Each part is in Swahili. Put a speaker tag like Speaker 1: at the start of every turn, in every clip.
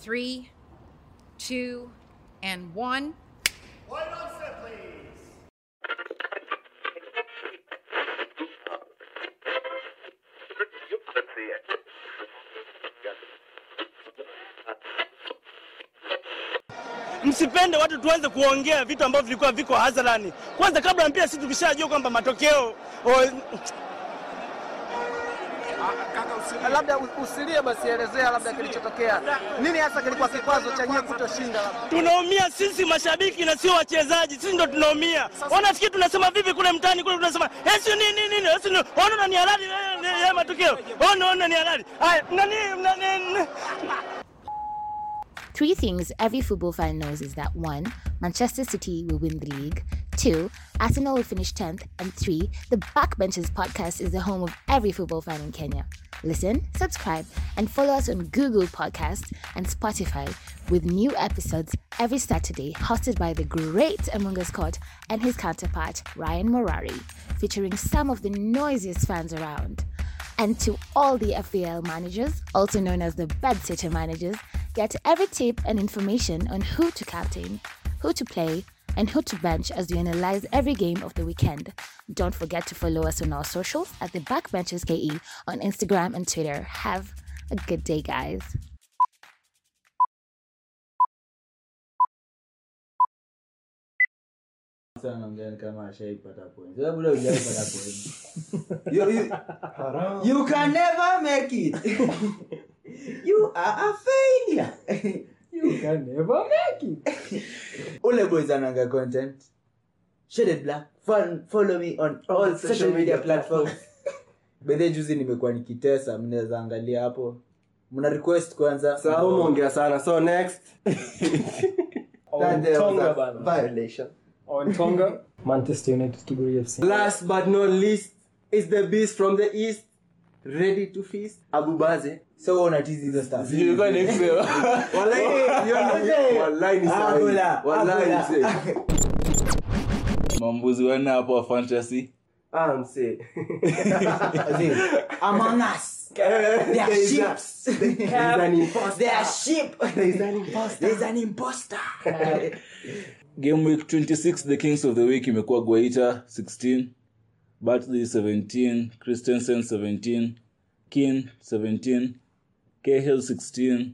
Speaker 1: three, two, and one.
Speaker 2: White on set, please.
Speaker 3: Let's see it.
Speaker 4: Msipende watu tuanze kuongea vitu ambavyo vilikuwa viko hadharani. Kwanza kabla mpira, sisi tukishajua kwamba matokeo oh, o,
Speaker 5: Labda usilie basi, elezea labda kilichotokea, nini hasa kilikuwa kikwazo cha nyewe kutoshinda? Labda
Speaker 4: tunaumia sisi mashabiki na sio wachezaji, sisi ndo tunaumia. Wanafikiri tunasema vipi kule mtaani kule, tunasema "Eh, esi nini nini nini, esi nini, ona na ni halali eh, eh, eh, matokeo, ona ona ni halali. Haya, nani nani nani-
Speaker 6: Three things every football fan knows is that one, Manchester City will win the league, two, Arsenal will finish 10th, and three, the Backbenchers podcast is the home of every football fan in Kenya. Listen, subscribe, and follow us on Google Podcasts and Spotify with new episodes every Saturday, hosted by the great Among Us Scott and his counterpart, Ryan Morari, featuring some of the noisiest fans around. And to all the FBL managers, also known as the bedsitter managers, get every tip and information on who to captain, who to play, and who to bench as you analyze every game of the weekend. Don't forget to follow us on our socials at the Backbenchers KE on Instagram and Twitter. Have a good day, guys.
Speaker 7: Sasa naongea ni kama ashaipata point. Sasa bado hujaipata point.
Speaker 8: you, you, you can never make it. you are a failure.
Speaker 7: Ule boys ananga content. Shaded Black. Fun, follow me on all social media platforms. Bedhe juzi nimekuwa nikitesa, mnaweza angalia hapo. Mna request kwanza.
Speaker 8: Sasa umeongea sana. So next. That there was
Speaker 9: Tonga
Speaker 8: a
Speaker 9: bana.
Speaker 8: violation.
Speaker 9: on Tonga, Manchester United Tuguri FC.
Speaker 8: Last but not least is the beast from the east. Ready to feast. Abubaze.
Speaker 7: So wewe unatizi hizo stuff.
Speaker 8: Wallahi, you're not Wallahi ni sahihi.
Speaker 7: Hakuna,
Speaker 8: Wallahi ni
Speaker 7: hakuna.
Speaker 8: sahihi.
Speaker 10: mambuzi wanne hapo wa fantasy
Speaker 8: Ah, msee.
Speaker 7: Azim,
Speaker 8: Among us.
Speaker 7: They are
Speaker 8: ships. There's an imposter. They are sheep. There's an imposter.
Speaker 7: There's an imposter.
Speaker 10: game week 26 the kings of the week imekuwa guaita 16 batley 17 christensen 17 kin 17 khl 16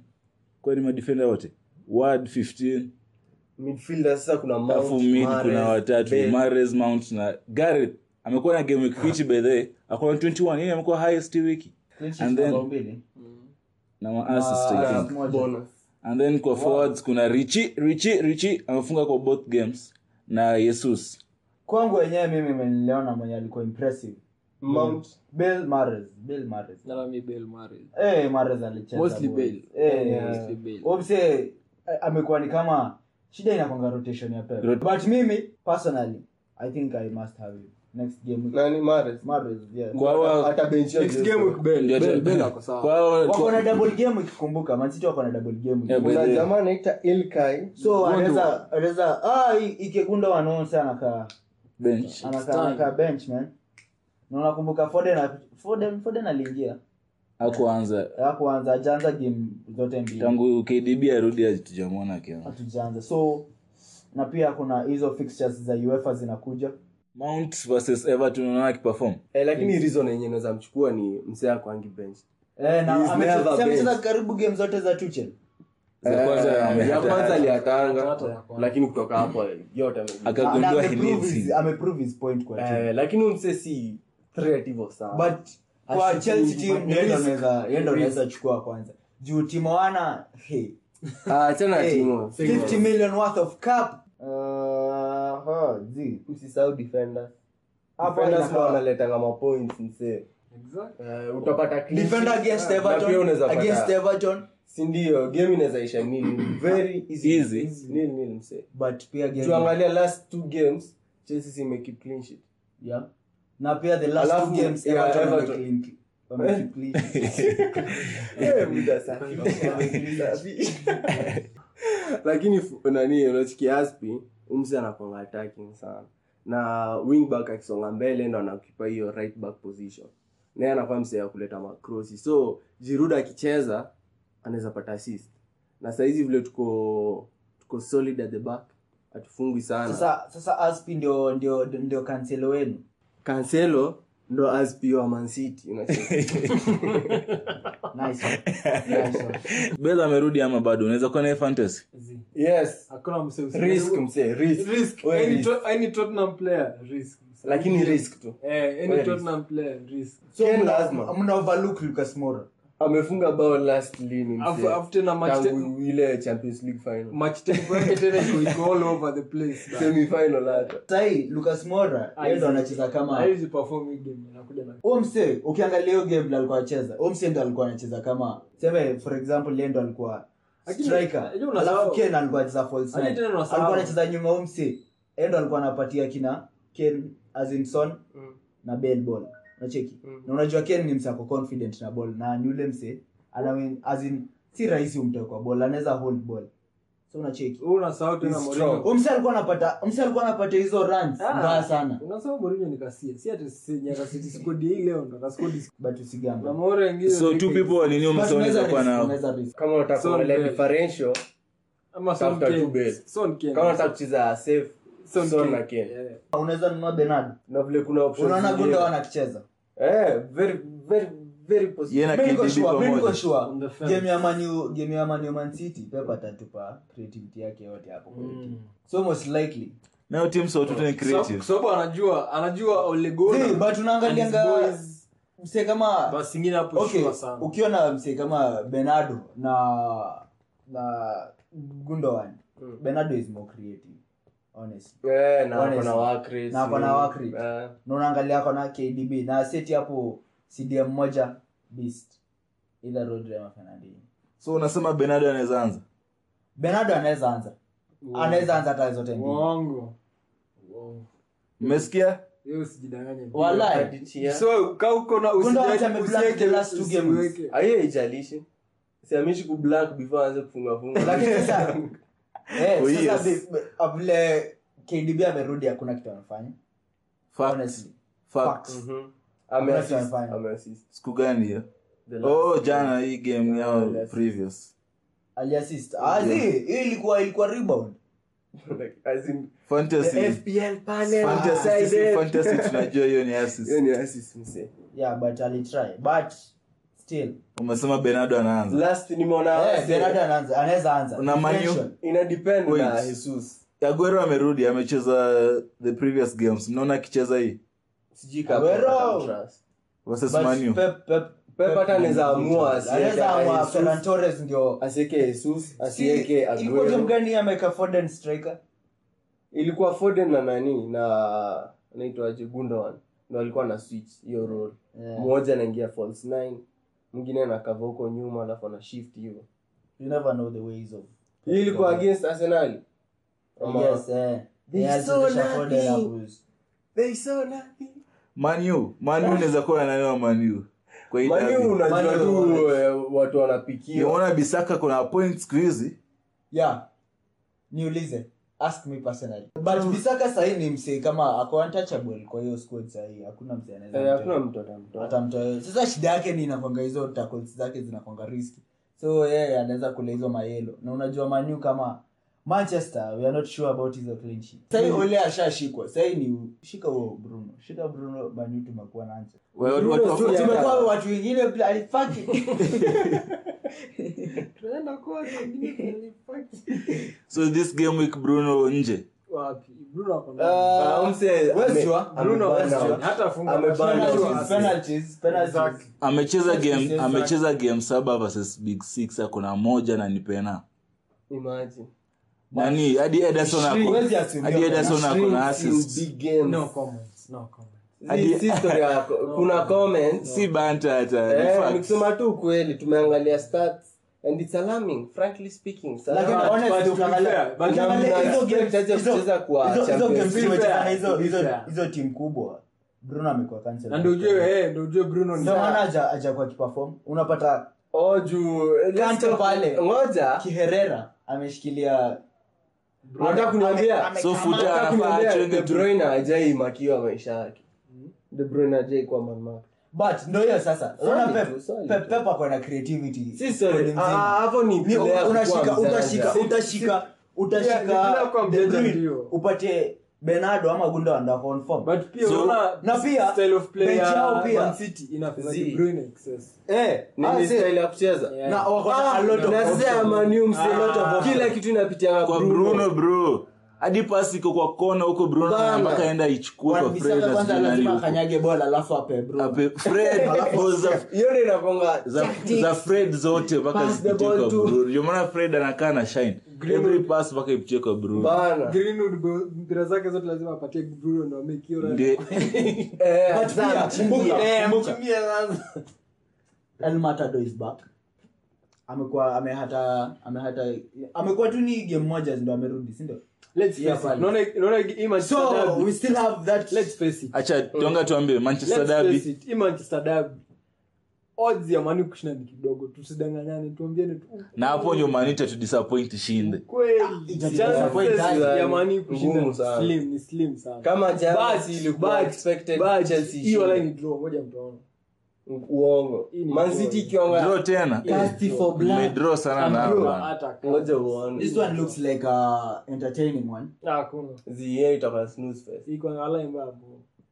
Speaker 10: kwani madifenda wote ward 15
Speaker 8: midfielder sasa kuna
Speaker 10: alafu
Speaker 8: Mount,
Speaker 10: mid
Speaker 8: Mahrez,
Speaker 10: kuna watatu
Speaker 8: Bale.
Speaker 10: mares mount na gareth amekuwa na game week fichi bedhe akona 21 yeye amekuwa highest hii wiki And then- na maassist I think.
Speaker 8: Ah, Bonus.
Speaker 10: and then kwa forwards kuna richi richi richi amefunga kwa both games na yesus
Speaker 7: kwangu wenyewe mimi meniliona mwenye alikuwa impressive
Speaker 8: Mount.
Speaker 7: bill mares bill mares
Speaker 9: Na mimi Bale Murray.
Speaker 7: eh mares alicheza
Speaker 9: Mostly
Speaker 7: boys.
Speaker 9: Bale.
Speaker 7: eh
Speaker 9: Mostly Bale.
Speaker 7: obse amekuwa ni kama shida inakwanga rotation ya pep
Speaker 10: Rot-
Speaker 7: but mimi personally i think i must have him next game
Speaker 8: Nani Mahrez?
Speaker 7: mares yeah
Speaker 10: Kwa hawa-
Speaker 8: Hata bench yake.
Speaker 9: Next game with Bale.
Speaker 10: Ndio,
Speaker 9: Bale,
Speaker 10: ndio.
Speaker 9: Bale ako sawa.
Speaker 10: Kwa hawa-
Speaker 7: wako na
Speaker 10: kwa-
Speaker 7: double game ukikumbuka mansiti wako na double game
Speaker 10: Yeah,
Speaker 7: ukikumbuka.
Speaker 10: but-
Speaker 8: Kuna jamaa anaita Ilkay.
Speaker 7: so anaweza anaweza ah hii- ikegunda wanaonsa anakaa
Speaker 10: bench
Speaker 7: anakaa anakaa bench man na unakumbuka foden foden foden aliingia
Speaker 10: akuanza
Speaker 7: akuanza ajaanza game zote mbili
Speaker 10: tangu kdb arudi hatujamwona akianza
Speaker 7: hatujaanza so na pia kuna hizo fixtures za uefa zinakuja
Speaker 10: mount versus everton unaona akiperform
Speaker 8: Eh, lakini reason yenye naweza mchukua ni msee akwangi bench.
Speaker 7: Eh, na
Speaker 8: He's
Speaker 7: amecheza-
Speaker 8: never
Speaker 7: si amecheza
Speaker 8: benched.
Speaker 7: karibu game zote za tuchel
Speaker 10: Za kwanza
Speaker 8: Eh,
Speaker 10: ame-
Speaker 8: ya kwanza aliatanga
Speaker 9: Hata ya kwanza.
Speaker 8: lakini kutoka hapo yote ame-
Speaker 10: Aka-
Speaker 7: Ah, Na
Speaker 10: Gundua
Speaker 7: ameprove
Speaker 10: he needs
Speaker 7: his-
Speaker 10: him.
Speaker 7: ameprove his point kwa team.
Speaker 8: Eh, lakini mse si threat hivyo sana
Speaker 7: but kwa
Speaker 8: Ashiki-
Speaker 7: chelsea team yeye ndo
Speaker 8: risk.
Speaker 7: anaweza- yeye ndo
Speaker 8: Risk.
Speaker 7: anaweza chukua kwanza juu timu wana hey,
Speaker 8: Ah, achana na
Speaker 7: hey,
Speaker 8: timu
Speaker 7: 50 million worth of cup Uh, huh, zi.
Speaker 8: msisahau defenders
Speaker 7: Hapo
Speaker 8: defenders ndio
Speaker 7: inakaa-
Speaker 8: wanaletanga mapoints mse
Speaker 9: Exactly.
Speaker 8: Eh, utapata clean
Speaker 7: defender
Speaker 8: sheet.
Speaker 7: against
Speaker 8: Na pia
Speaker 7: everton
Speaker 8: unaweza pata-
Speaker 7: against everton
Speaker 8: si ndio game inaweza isha nini very easy
Speaker 10: Easy.
Speaker 8: nini nini mse
Speaker 7: but pia game-
Speaker 8: tuangalia last two games chelsea si imekeep clean sheet
Speaker 7: yeah. na pia the last
Speaker 8: Alafu,
Speaker 7: two games
Speaker 8: yeah,
Speaker 7: Everton
Speaker 8: Everton.
Speaker 7: wameclean- wameclean sheet.
Speaker 8: Eh, muda safi. Safi. lakini fu- nani unachikia aspi umsi anakwanga attacking sana na wingback akisonga mbele ndo anakipa hiyo right back position naye anakuwa msee ya kuleta makrosi so jirud akicheza anaweza pata assist na sahizi vile tuko tuko solid at the back hatufungwi sana
Speaker 7: sasa sasa aspi ndio ndio ndio kanselo wenu
Speaker 8: kanselo ndo aspio wa mancity
Speaker 7: nice one. nice one.
Speaker 10: bel amerudi ama bado unaweza kuwa naye fantasy
Speaker 8: yes
Speaker 9: hakuna mse usi-
Speaker 8: risk msee risk.
Speaker 9: Risk.
Speaker 8: We
Speaker 9: Any
Speaker 8: risk.
Speaker 9: Tot- any Tottenham player risk
Speaker 8: lakini risk tu
Speaker 9: eh
Speaker 8: We
Speaker 9: any
Speaker 8: risk.
Speaker 9: Tottenham player risk
Speaker 8: so
Speaker 7: Mna-
Speaker 8: mna azma
Speaker 7: mna overlook lucas mora
Speaker 8: amefunga bao last lini msee.
Speaker 9: Afu- afu tena match te-
Speaker 8: Tangu ile champions league final
Speaker 9: match tempo yake tena iko- iko all over the place bana.
Speaker 8: semi final hata
Speaker 7: sahii lucas mora yeye ndo anacheza kama
Speaker 9: Haiwezi perform hii game anakuja na
Speaker 7: huo msee ukiangalia hiyo game ndo alikuwa anacheza huo msee ndo alikuwa anacheza kama seme for example yeye ndo alikuwa
Speaker 9: Lakini-
Speaker 7: striker
Speaker 9: lakini unasahau-
Speaker 7: alafu ken alikuwa anacheza false
Speaker 9: Lakini
Speaker 7: nine.
Speaker 9: tena unasahau-
Speaker 7: alikuwa anacheza nyuma huo msee yeye ndo alikuwa anapatia kina ken azinson
Speaker 9: Mm.
Speaker 7: na bel ball unacheki na unajua ken ni msee ako confident na ball na ni ule msee ana azin si rahisi umtoe kwa ball anaweza hold ball so unacheki
Speaker 9: Wewe unasahau tena
Speaker 8: He's
Speaker 9: Mourinho.
Speaker 8: strong.
Speaker 7: Huyo msee alikuwa anapata huyo msee alikuwa anapata hizo runs
Speaker 9: Ah.
Speaker 7: mbaya sana
Speaker 9: unasahau Mourinho ni kasia si ati si nyaka si squad hii leo ndo kaskodi
Speaker 7: but usigamba
Speaker 9: na Mourinho ingine
Speaker 10: so
Speaker 9: ni-
Speaker 10: two people nini
Speaker 7: But
Speaker 10: msoneza
Speaker 7: unaweza
Speaker 10: kuwa
Speaker 7: risk,
Speaker 10: nao
Speaker 7: unaweza risk.
Speaker 8: kama unataka
Speaker 9: Son
Speaker 8: kuangalia
Speaker 9: Bell.
Speaker 8: differential
Speaker 9: ama Son
Speaker 8: Tafuta
Speaker 9: Kane.
Speaker 8: tu Bale.
Speaker 9: Son Kane.
Speaker 8: kama unataka kucheza safe
Speaker 9: Son
Speaker 8: Son
Speaker 9: Kane.
Speaker 8: na Kane.
Speaker 9: Yeah.
Speaker 7: unaweza nunua benard
Speaker 8: na vile kuna options
Speaker 7: unaona
Speaker 8: zingine.
Speaker 7: gundogan akicheza
Speaker 8: eh very very very possible
Speaker 10: Yeye na
Speaker 7: Mimi niko
Speaker 10: KDB
Speaker 7: sure, mimi niko
Speaker 10: pamoja.
Speaker 7: sure.
Speaker 9: On the fence.
Speaker 7: game ya manu game ya manu man city pepa atatupa creativity yake yote hapo kwa
Speaker 8: Mm.
Speaker 7: hiyo team. so most likely
Speaker 10: nayo team so tutu ni creative
Speaker 9: Mm. Kwa sababu anajua anajua
Speaker 7: See,
Speaker 9: olegona
Speaker 7: but unaangalianga msee kama
Speaker 9: basi ingine hapo
Speaker 7: okay
Speaker 9: sure sana
Speaker 7: ukiwa na msee kama benardo na na gundogan benardo is more creative honestly
Speaker 8: eh na
Speaker 7: Honestly.
Speaker 8: kuna wakri
Speaker 7: Na ako na wakri. na unaangalia kona kdb na seti hapo cdm moja beast ila rodri ama fernandini
Speaker 10: so unasema benardo anaweza anza
Speaker 7: benardo anaweza anza anaweza anza hata zote mbili
Speaker 9: uongo Uongo.
Speaker 10: mmesikia
Speaker 9: Yeye usijidanganye.
Speaker 7: Walai.
Speaker 9: So, kaa huko na
Speaker 7: Gundogan
Speaker 9: usijiweke-
Speaker 7: ameblank
Speaker 9: usiweke-
Speaker 7: the last two games.
Speaker 9: usiweke.
Speaker 8: aiyo ijalishi siamishi kublank before aanze kufunga funga Mhm.
Speaker 7: lakini sasa eh,
Speaker 10: Oh,
Speaker 7: sasa
Speaker 10: yes.
Speaker 7: vi- vi- vile kdb amerudi hakuna kitu amefanya
Speaker 10: Facts.
Speaker 7: honestly
Speaker 10: Facts.
Speaker 8: Mhm.
Speaker 7: Ameassist,
Speaker 8: Ameassist,
Speaker 7: fine.
Speaker 8: ameassist.
Speaker 10: siku gani hiyo
Speaker 8: The last-
Speaker 10: oh jana hii game
Speaker 8: the
Speaker 10: yao
Speaker 8: last-
Speaker 10: previous
Speaker 7: aliassist
Speaker 8: Mm-hmm.
Speaker 7: Ah, zi, hii ilikuwa ilikuwa rebound
Speaker 8: Like, as in,
Speaker 10: fantasy
Speaker 8: the FPL panel
Speaker 10: fantasy sisi
Speaker 8: decided.
Speaker 10: fantasy tunajua hiyo ni
Speaker 8: Hiyo
Speaker 10: assist
Speaker 8: ni assist, msee.
Speaker 7: yeah but alitry but still
Speaker 10: umesema benardo anaanza
Speaker 8: last nimeona
Speaker 7: eh,
Speaker 8: Arsenal.
Speaker 7: benardo anaanza anaweza anza
Speaker 10: Una Man U?
Speaker 7: Differential.
Speaker 8: ina depend
Speaker 10: Wait.
Speaker 8: na jesus
Speaker 10: aguero amerudi amecheza the previous games mnaona akicheza hii
Speaker 8: sijui kama
Speaker 7: Aguero.
Speaker 8: contrast.
Speaker 10: versus
Speaker 7: But
Speaker 10: manu
Speaker 7: Pep- Pep-
Speaker 8: Pep hata anaweza amua asiweke
Speaker 7: Mm-hmm. anaweza amua
Speaker 8: Jesus.
Speaker 7: Ferran Torres ndio
Speaker 8: asiweke jesus
Speaker 7: Si,
Speaker 8: asiweke
Speaker 7: ilikuwa
Speaker 8: Aguero.
Speaker 7: game gani ameka Foden striker
Speaker 8: ilikuwa foden na nani na naitwaje gundogan ndo alikuwa na switch hiyo role
Speaker 7: Yeah.
Speaker 8: mmoja anaingia false nine mwingine anakava huko nyuma alafu ana shift hivyo
Speaker 7: you never know the ways of
Speaker 8: hii ilikuwa against arsenal
Speaker 7: yes eh
Speaker 8: They
Speaker 7: Yeah,
Speaker 8: saw
Speaker 7: alichezesha Foden
Speaker 8: nothing.
Speaker 7: hapo.
Speaker 8: they saw nothing
Speaker 10: manu manu unaweza kuwa nananewa manu kwa hii
Speaker 8: mani
Speaker 10: derby.
Speaker 8: unajua
Speaker 7: Man U
Speaker 8: tu
Speaker 7: always.
Speaker 8: eh, watu wanapikia
Speaker 10: nimeona bisaka kuna point siku hizi
Speaker 7: yeah niulize ask me personally but bisaka sahii ni msee kama ako untouchable kwa hiyo squad sahii hakuna msee anaweza
Speaker 8: Eh, hakuna
Speaker 7: mtoa.
Speaker 8: mtu atamtoa
Speaker 7: hata mtoa sasa shida yake ni inakwanga hizo tackles zake zinakwanga riski so yeye yeah, anaweza kula hizo mayelo na unajua manu kama manchester we are not sure about hizo clean sheet sahii ole ashashikwa sahii ni shika huo bruno shika bruno manu tumekuwa nancha
Speaker 10: Watu-
Speaker 8: Bruno
Speaker 10: watu-
Speaker 8: sio-
Speaker 10: watu-
Speaker 7: tumekuwa watu wengine bila- fuck it.
Speaker 9: Tunaenda kote, ingine tunalipaki.
Speaker 10: so this game week bruno nje
Speaker 9: Wapi? Bruno ako ndani.
Speaker 8: Ah, mse, ame-
Speaker 7: Westwa,
Speaker 8: ame-
Speaker 9: Bruno
Speaker 8: bana-
Speaker 9: Westwa. Hata afunga.
Speaker 8: amebana-
Speaker 7: Penalties, penalties, penalties.
Speaker 9: Exactly.
Speaker 10: amecheza
Speaker 7: Yes,
Speaker 10: game amecheza game saba versus big six akona moja na ni pena
Speaker 8: Imagine.
Speaker 10: nani hadi ederson ako
Speaker 7: Huwezi assume.
Speaker 10: hadi ederson ako na
Speaker 8: In
Speaker 10: assist
Speaker 8: big games.
Speaker 9: No comments, no comments.
Speaker 8: Hii si story yako.
Speaker 7: Oh,
Speaker 8: kuna comments
Speaker 10: si banta hata ni
Speaker 8: Eh,
Speaker 10: facts.
Speaker 8: nikusema tu ukweli tumeangalia stats and it's alarming frankly speaking Sasa- Ah.
Speaker 7: Lakini
Speaker 9: But-
Speaker 7: honestly,
Speaker 9: but to be
Speaker 7: ukiangalia-
Speaker 9: fair, but
Speaker 7: ukiangalia
Speaker 8: namna
Speaker 7: hizo
Speaker 8: expect
Speaker 7: games-
Speaker 8: aje
Speaker 7: hizo-
Speaker 8: kucheza kwa
Speaker 7: hizo- hizo
Speaker 8: Champions
Speaker 7: games
Speaker 9: League.
Speaker 7: zimechezana hizo-
Speaker 9: Be
Speaker 7: hizo-
Speaker 9: fair.
Speaker 7: hizo timu kubwa bruno amekuwa cancelled.
Speaker 9: Na ndio ujue, eh, ndio ujue Bruno ni-
Speaker 7: Ndio maana haja- hajakuwa akiperform unapata
Speaker 8: Oh, juu, eh, let's
Speaker 7: Kante
Speaker 8: talk-
Speaker 7: pale.
Speaker 8: ngoja
Speaker 7: kiherera ameshikilia
Speaker 8: hata kuniambia
Speaker 10: so futa
Speaker 8: hata
Speaker 10: anafaa
Speaker 8: kuniambia De
Speaker 10: achwenge tu
Speaker 7: Hmm?
Speaker 8: Bruyne hajai makiwa maisha yake De Bruyne hajai kuwa Man Mark.
Speaker 7: but ndo hiyo sasa unaona
Speaker 8: Solid
Speaker 7: pep,
Speaker 8: tu, solid
Speaker 7: pep, pep ako na creativity
Speaker 8: Si solid.
Speaker 7: kwenye mzima.
Speaker 8: Ah, hapo ni
Speaker 7: Ni
Speaker 8: player
Speaker 7: una-
Speaker 8: kukuwa
Speaker 7: unashika
Speaker 8: mzaha.
Speaker 7: utashika
Speaker 8: Si-
Speaker 7: utashika
Speaker 8: Yeah, ni player
Speaker 7: utashika
Speaker 8: kuwa
Speaker 7: De
Speaker 8: mzaha
Speaker 7: Bruyne,
Speaker 8: ndio.
Speaker 7: upatie benado ama gundo anda
Speaker 9: But pia unaona
Speaker 7: na pia
Speaker 9: style of player
Speaker 7: bench yao pia
Speaker 9: Man City inafanya
Speaker 7: Zee.
Speaker 9: De Bruyne excess.
Speaker 7: Eh,
Speaker 8: Ni-
Speaker 7: ah,
Speaker 8: ni
Speaker 7: si-
Speaker 8: style ya kucheza.
Speaker 9: Yeah.
Speaker 7: na wako na
Speaker 8: Ah,
Speaker 7: a lot of
Speaker 8: na
Speaker 7: options. Ah.
Speaker 8: sasa Manu mse,
Speaker 7: A lot of options.
Speaker 8: kila kitu inapitianga
Speaker 10: kwa
Speaker 8: Bruno.
Speaker 10: bruno bro hadi pasi iko kwa kona huko bruno
Speaker 8: Bana.
Speaker 10: mpaka aenda ichukue kwa
Speaker 7: Wan-Bissaka
Speaker 10: fred na
Speaker 7: kwanza
Speaker 10: sijui nani
Speaker 7: lazima
Speaker 10: huko.
Speaker 7: akanyage bola alafu ape Bruno.
Speaker 10: Ape- fred oh, za
Speaker 8: hiyo ndio inakonga
Speaker 10: za, za fred zote mpaka
Speaker 8: Pass the
Speaker 10: zipitie
Speaker 8: ball
Speaker 10: kwa
Speaker 8: to-
Speaker 10: bruno ndio maana fred anakaa na shine every pass mpaka ipitie kwa bruno
Speaker 8: bana
Speaker 9: Greenwood go- mpira zake zote lazima apatie Bruno ndo amake hiyo run.
Speaker 10: Ndiye-
Speaker 7: But
Speaker 8: eh
Speaker 7: pia, kumbuka, kumbuka.
Speaker 8: mkimbia sasa
Speaker 7: El Matador is back. amekuwa amehata amehata amekuwa tu ni game moja ndo amerudi si ndio
Speaker 9: Let's face
Speaker 7: Yeah,
Speaker 9: it.
Speaker 7: pale.
Speaker 9: Naona naona hii Manchester
Speaker 7: so
Speaker 9: derby.
Speaker 7: we still have that
Speaker 9: Let's face it.
Speaker 10: acha tuanga tuambie manchester
Speaker 9: Oh. Let's face
Speaker 10: derby
Speaker 9: it. Hii Manchester derby. Odds ya Manu kushinda ni kidogo, tusidanganyane, tuambiane tu.
Speaker 10: na hapo ndio manita tudisappoint shinde
Speaker 9: Kweli,
Speaker 8: Ah,
Speaker 7: itadi-
Speaker 9: chances
Speaker 8: itadi-
Speaker 9: ya Manu
Speaker 8: ngumu
Speaker 9: kushinda
Speaker 8: sana.
Speaker 9: slim, ni slim sana.
Speaker 8: kama Chelsea
Speaker 9: But-
Speaker 8: ilikuwa
Speaker 9: but-
Speaker 8: expected
Speaker 9: but,
Speaker 8: Chelsea
Speaker 9: hiyo
Speaker 8: ishinde.
Speaker 9: line ni draw, ngoja mtaona.
Speaker 8: uongo
Speaker 9: Hii ni
Speaker 8: Man
Speaker 9: draw.
Speaker 8: City ikiwa-
Speaker 10: draw tena
Speaker 7: Thirsty for blood.
Speaker 10: Mmedrow sana na
Speaker 7: Draw.
Speaker 10: bana.
Speaker 9: Attack.
Speaker 8: ngoja uone
Speaker 7: this one looks like a entertaining one
Speaker 9: Ah, hakuna.
Speaker 8: ziye itakuwa snooze fest
Speaker 9: Iko na line mbaya bro.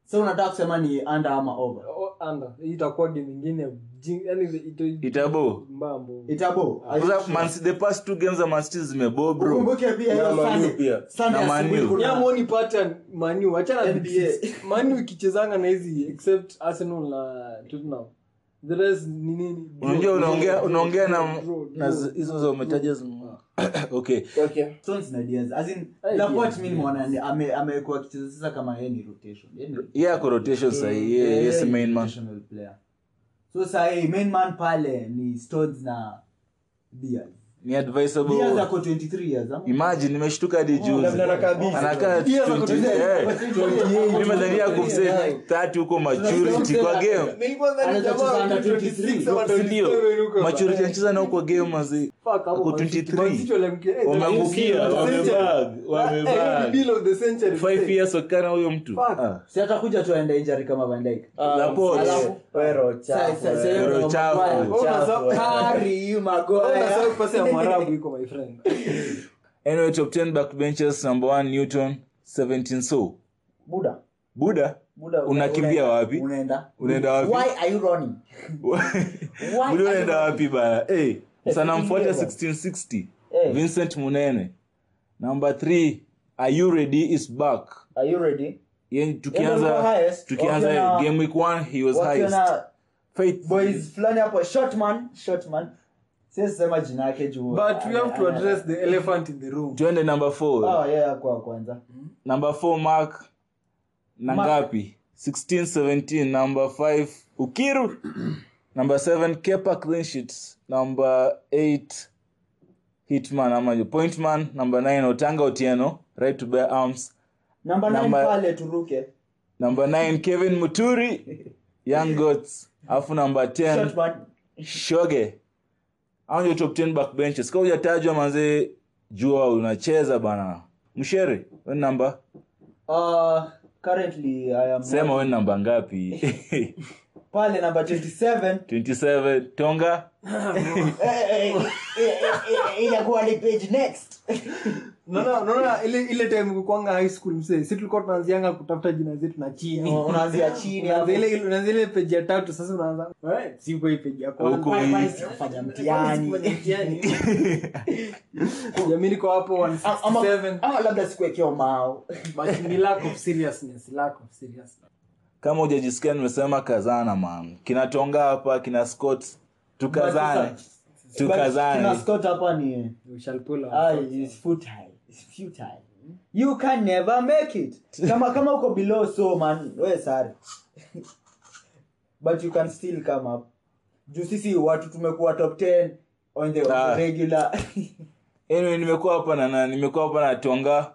Speaker 7: so unataka kusema ni under ama over
Speaker 9: O- under. Hii itakuwa game ingine jing- yani ito-
Speaker 10: Itabo.
Speaker 9: mbaya bro.
Speaker 7: itabo
Speaker 10: Sasa Ah, Man- the past two games za Man City zimebo
Speaker 9: Oh,
Speaker 10: bro
Speaker 7: ukumbuke pia
Speaker 8: Na
Speaker 7: hiyo
Speaker 8: Man U
Speaker 7: Sunday-
Speaker 8: pia.
Speaker 7: Sunday
Speaker 10: Na Man
Speaker 7: asubuhi
Speaker 10: U.
Speaker 7: kuna-
Speaker 9: Yamuoni pattern manu achana
Speaker 7: NBA.
Speaker 9: manu ikichezanga na hizi except arsenal na tottenham the rest ni nini
Speaker 10: unajua unaongea unaongea na
Speaker 9: Draw, Ah.
Speaker 10: na
Speaker 9: draw.
Speaker 10: z- hizo za umetaja zim- okay
Speaker 8: okay
Speaker 7: Stones na Diaz. As in,
Speaker 9: Hey,
Speaker 7: na
Speaker 9: Diaz,
Speaker 7: what mimi nimeona ni- ame- amekuwa akicheza sasa kama yeye ni rotation Yeye ni-
Speaker 10: yeah kwa rotation
Speaker 9: Eh.
Speaker 10: sahi yeah,
Speaker 7: yeye
Speaker 10: yes
Speaker 7: ni
Speaker 10: main man
Speaker 7: rotational player. so sahi main man pale ni Stones na Diaz.
Speaker 10: ni advisable
Speaker 7: Diaz ako 23 years ama?
Speaker 10: imagine nimeshtuka
Speaker 9: Oh,
Speaker 10: hadi juzi
Speaker 8: labda anakaa busy.
Speaker 10: anakaa
Speaker 7: Diaz ako
Speaker 10: 20
Speaker 7: 28,
Speaker 10: eh.
Speaker 7: ako 28.
Speaker 10: Mimi nadhania kumsema 30 huko maturity kwa game
Speaker 7: Anacheza under 23.
Speaker 10: si ndio maturity anacheza nao kwa game mazi
Speaker 9: Fuck, hapo
Speaker 10: Ako
Speaker 9: Man City.
Speaker 10: 23.
Speaker 9: Man City waliamkia, eh,
Speaker 10: wameangukia
Speaker 9: the
Speaker 7: Ah,
Speaker 10: wamebag
Speaker 9: century. Eh, eh,
Speaker 10: wamebag
Speaker 9: deal of the century.
Speaker 10: five years wakana huyo mtu
Speaker 9: Fuck.
Speaker 10: Ah.
Speaker 7: si atakuja tu aende injury kama Van Dijk.
Speaker 10: Laporte.
Speaker 7: Alafu-
Speaker 8: Pero
Speaker 7: Sa- sa- sa-
Speaker 10: Pero
Speaker 7: Maguire,
Speaker 10: chafu. eh.
Speaker 9: Unasahau-
Speaker 7: Harry
Speaker 9: Ona,
Speaker 7: Maguire.
Speaker 9: sahau pasi ya mwarabu iko my friend
Speaker 10: anyway top 10 backbenchers number 1 newton 17 so
Speaker 7: Buda.
Speaker 10: buda
Speaker 7: Buda, una-
Speaker 10: Unakimbia
Speaker 7: unaenda-
Speaker 10: wapi?
Speaker 7: unaenda
Speaker 10: Unaenda wapi?
Speaker 7: Why are you running?
Speaker 10: Buda unaenda wapi Eh, bana hey, sanamfuata 1660
Speaker 7: Eh.
Speaker 10: vincent munene number 3 are you ready is back
Speaker 7: Are you ready?
Speaker 10: Ye-
Speaker 7: Yeye
Speaker 10: tukianza
Speaker 7: alikuwa highest.
Speaker 10: tukianza
Speaker 7: Wakiona-
Speaker 10: game week 1 he was highest
Speaker 7: Wakiona
Speaker 10: faith
Speaker 7: boys fulani hapo shortman shortman sisema jina yake juu
Speaker 9: but we have to
Speaker 7: ana-
Speaker 9: address the elephant in the room
Speaker 10: tuende number 4
Speaker 7: Oh, yeah, kwa kwanza
Speaker 10: number 4 mark na
Speaker 7: Mark.
Speaker 10: ngapi 1617 number 5 ukiru number 7 kepa clean sheets number 8 hitman ama pointman number 9 otanga otieno right to bear arms
Speaker 7: namba nine
Speaker 10: Namba-
Speaker 7: pale turuke
Speaker 10: number 9 kevin muturi young goats alafu number 10
Speaker 7: shortman
Speaker 10: shoge au ndio top 10 backbenches kama hujatajwa manze jua unacheza bana mshere wen namba
Speaker 7: uh, currently i am
Speaker 10: sema wen namba ngapi
Speaker 7: pale namba 27
Speaker 10: 27 tonga
Speaker 7: Eh, eh, eh, eh, eh, inakuwa ni page next
Speaker 9: naona naona ile ile time kukwanga high school msee si tulikuwa tunaanzianga kutafuta jina zetu na chini
Speaker 7: unaanzia chini hapo.
Speaker 9: Unaanza ile- unaanza ile peji ya tatu sasa unaanza "Eh, siko hii peji ya kwanza."
Speaker 10: Huku
Speaker 7: Pale-
Speaker 10: hii.
Speaker 7: pale sikufanya mtihani
Speaker 9: Yaani. jamii niko hapo
Speaker 7: Ama- Ah, ama-
Speaker 9: 167
Speaker 7: ama labda sikuwekewa mao
Speaker 9: but ni lack of seriousness lack of seriousness
Speaker 10: kama hujajisikia nimesema kazana man kina tonga hapa kina scott tukazane
Speaker 7: Kina
Speaker 10: tukazane
Speaker 7: Scott hapa ni
Speaker 9: we shall pull out
Speaker 7: Ah, it's futile. It's futile. You can never make it. Kama kama uko below so man, we sorry. But you can still come up. Juu sisi watu tumekuwa top 10 on the, on
Speaker 10: Ah.
Speaker 7: the regular.
Speaker 10: anyway nimekuwa hapa na nani nimekuwa hapa na tonga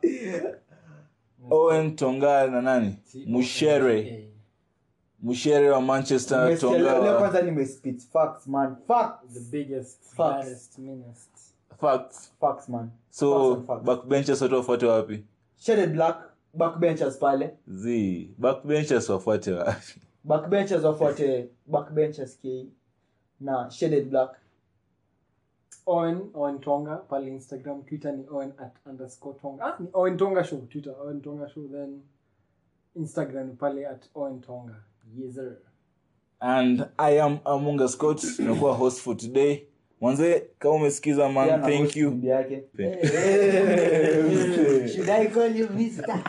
Speaker 10: owen tonga na nani mushere mushere wa manchester
Speaker 7: Nimesikia
Speaker 10: tonga
Speaker 7: leo leo
Speaker 10: wa...
Speaker 7: kwanza nimespit facts man. Facts.
Speaker 9: the biggest
Speaker 7: Facts.
Speaker 9: baddest, meanest
Speaker 10: facts
Speaker 7: Facts man.
Speaker 10: so
Speaker 7: Facts and facts.
Speaker 10: backbenchers watu wafuate wapi
Speaker 7: Shaded black backbenchers pale.
Speaker 10: z backbenchers wafuate wapi
Speaker 11: backbenchers wafuate backbenchers ki na shaded black
Speaker 7: owen owen tonga pale instagram twitter ni owen at underscore tonga ah, ni owen tonga show twitter owen tonga show then instagram ni pale at owen tonga yeser
Speaker 10: and i am amunga scott nakuwa host for today mwanzee kama umesikiza man
Speaker 12: Yeah, na
Speaker 10: thank
Speaker 12: host
Speaker 10: you
Speaker 12: bibi yake
Speaker 10: Thank
Speaker 11: should i call you mister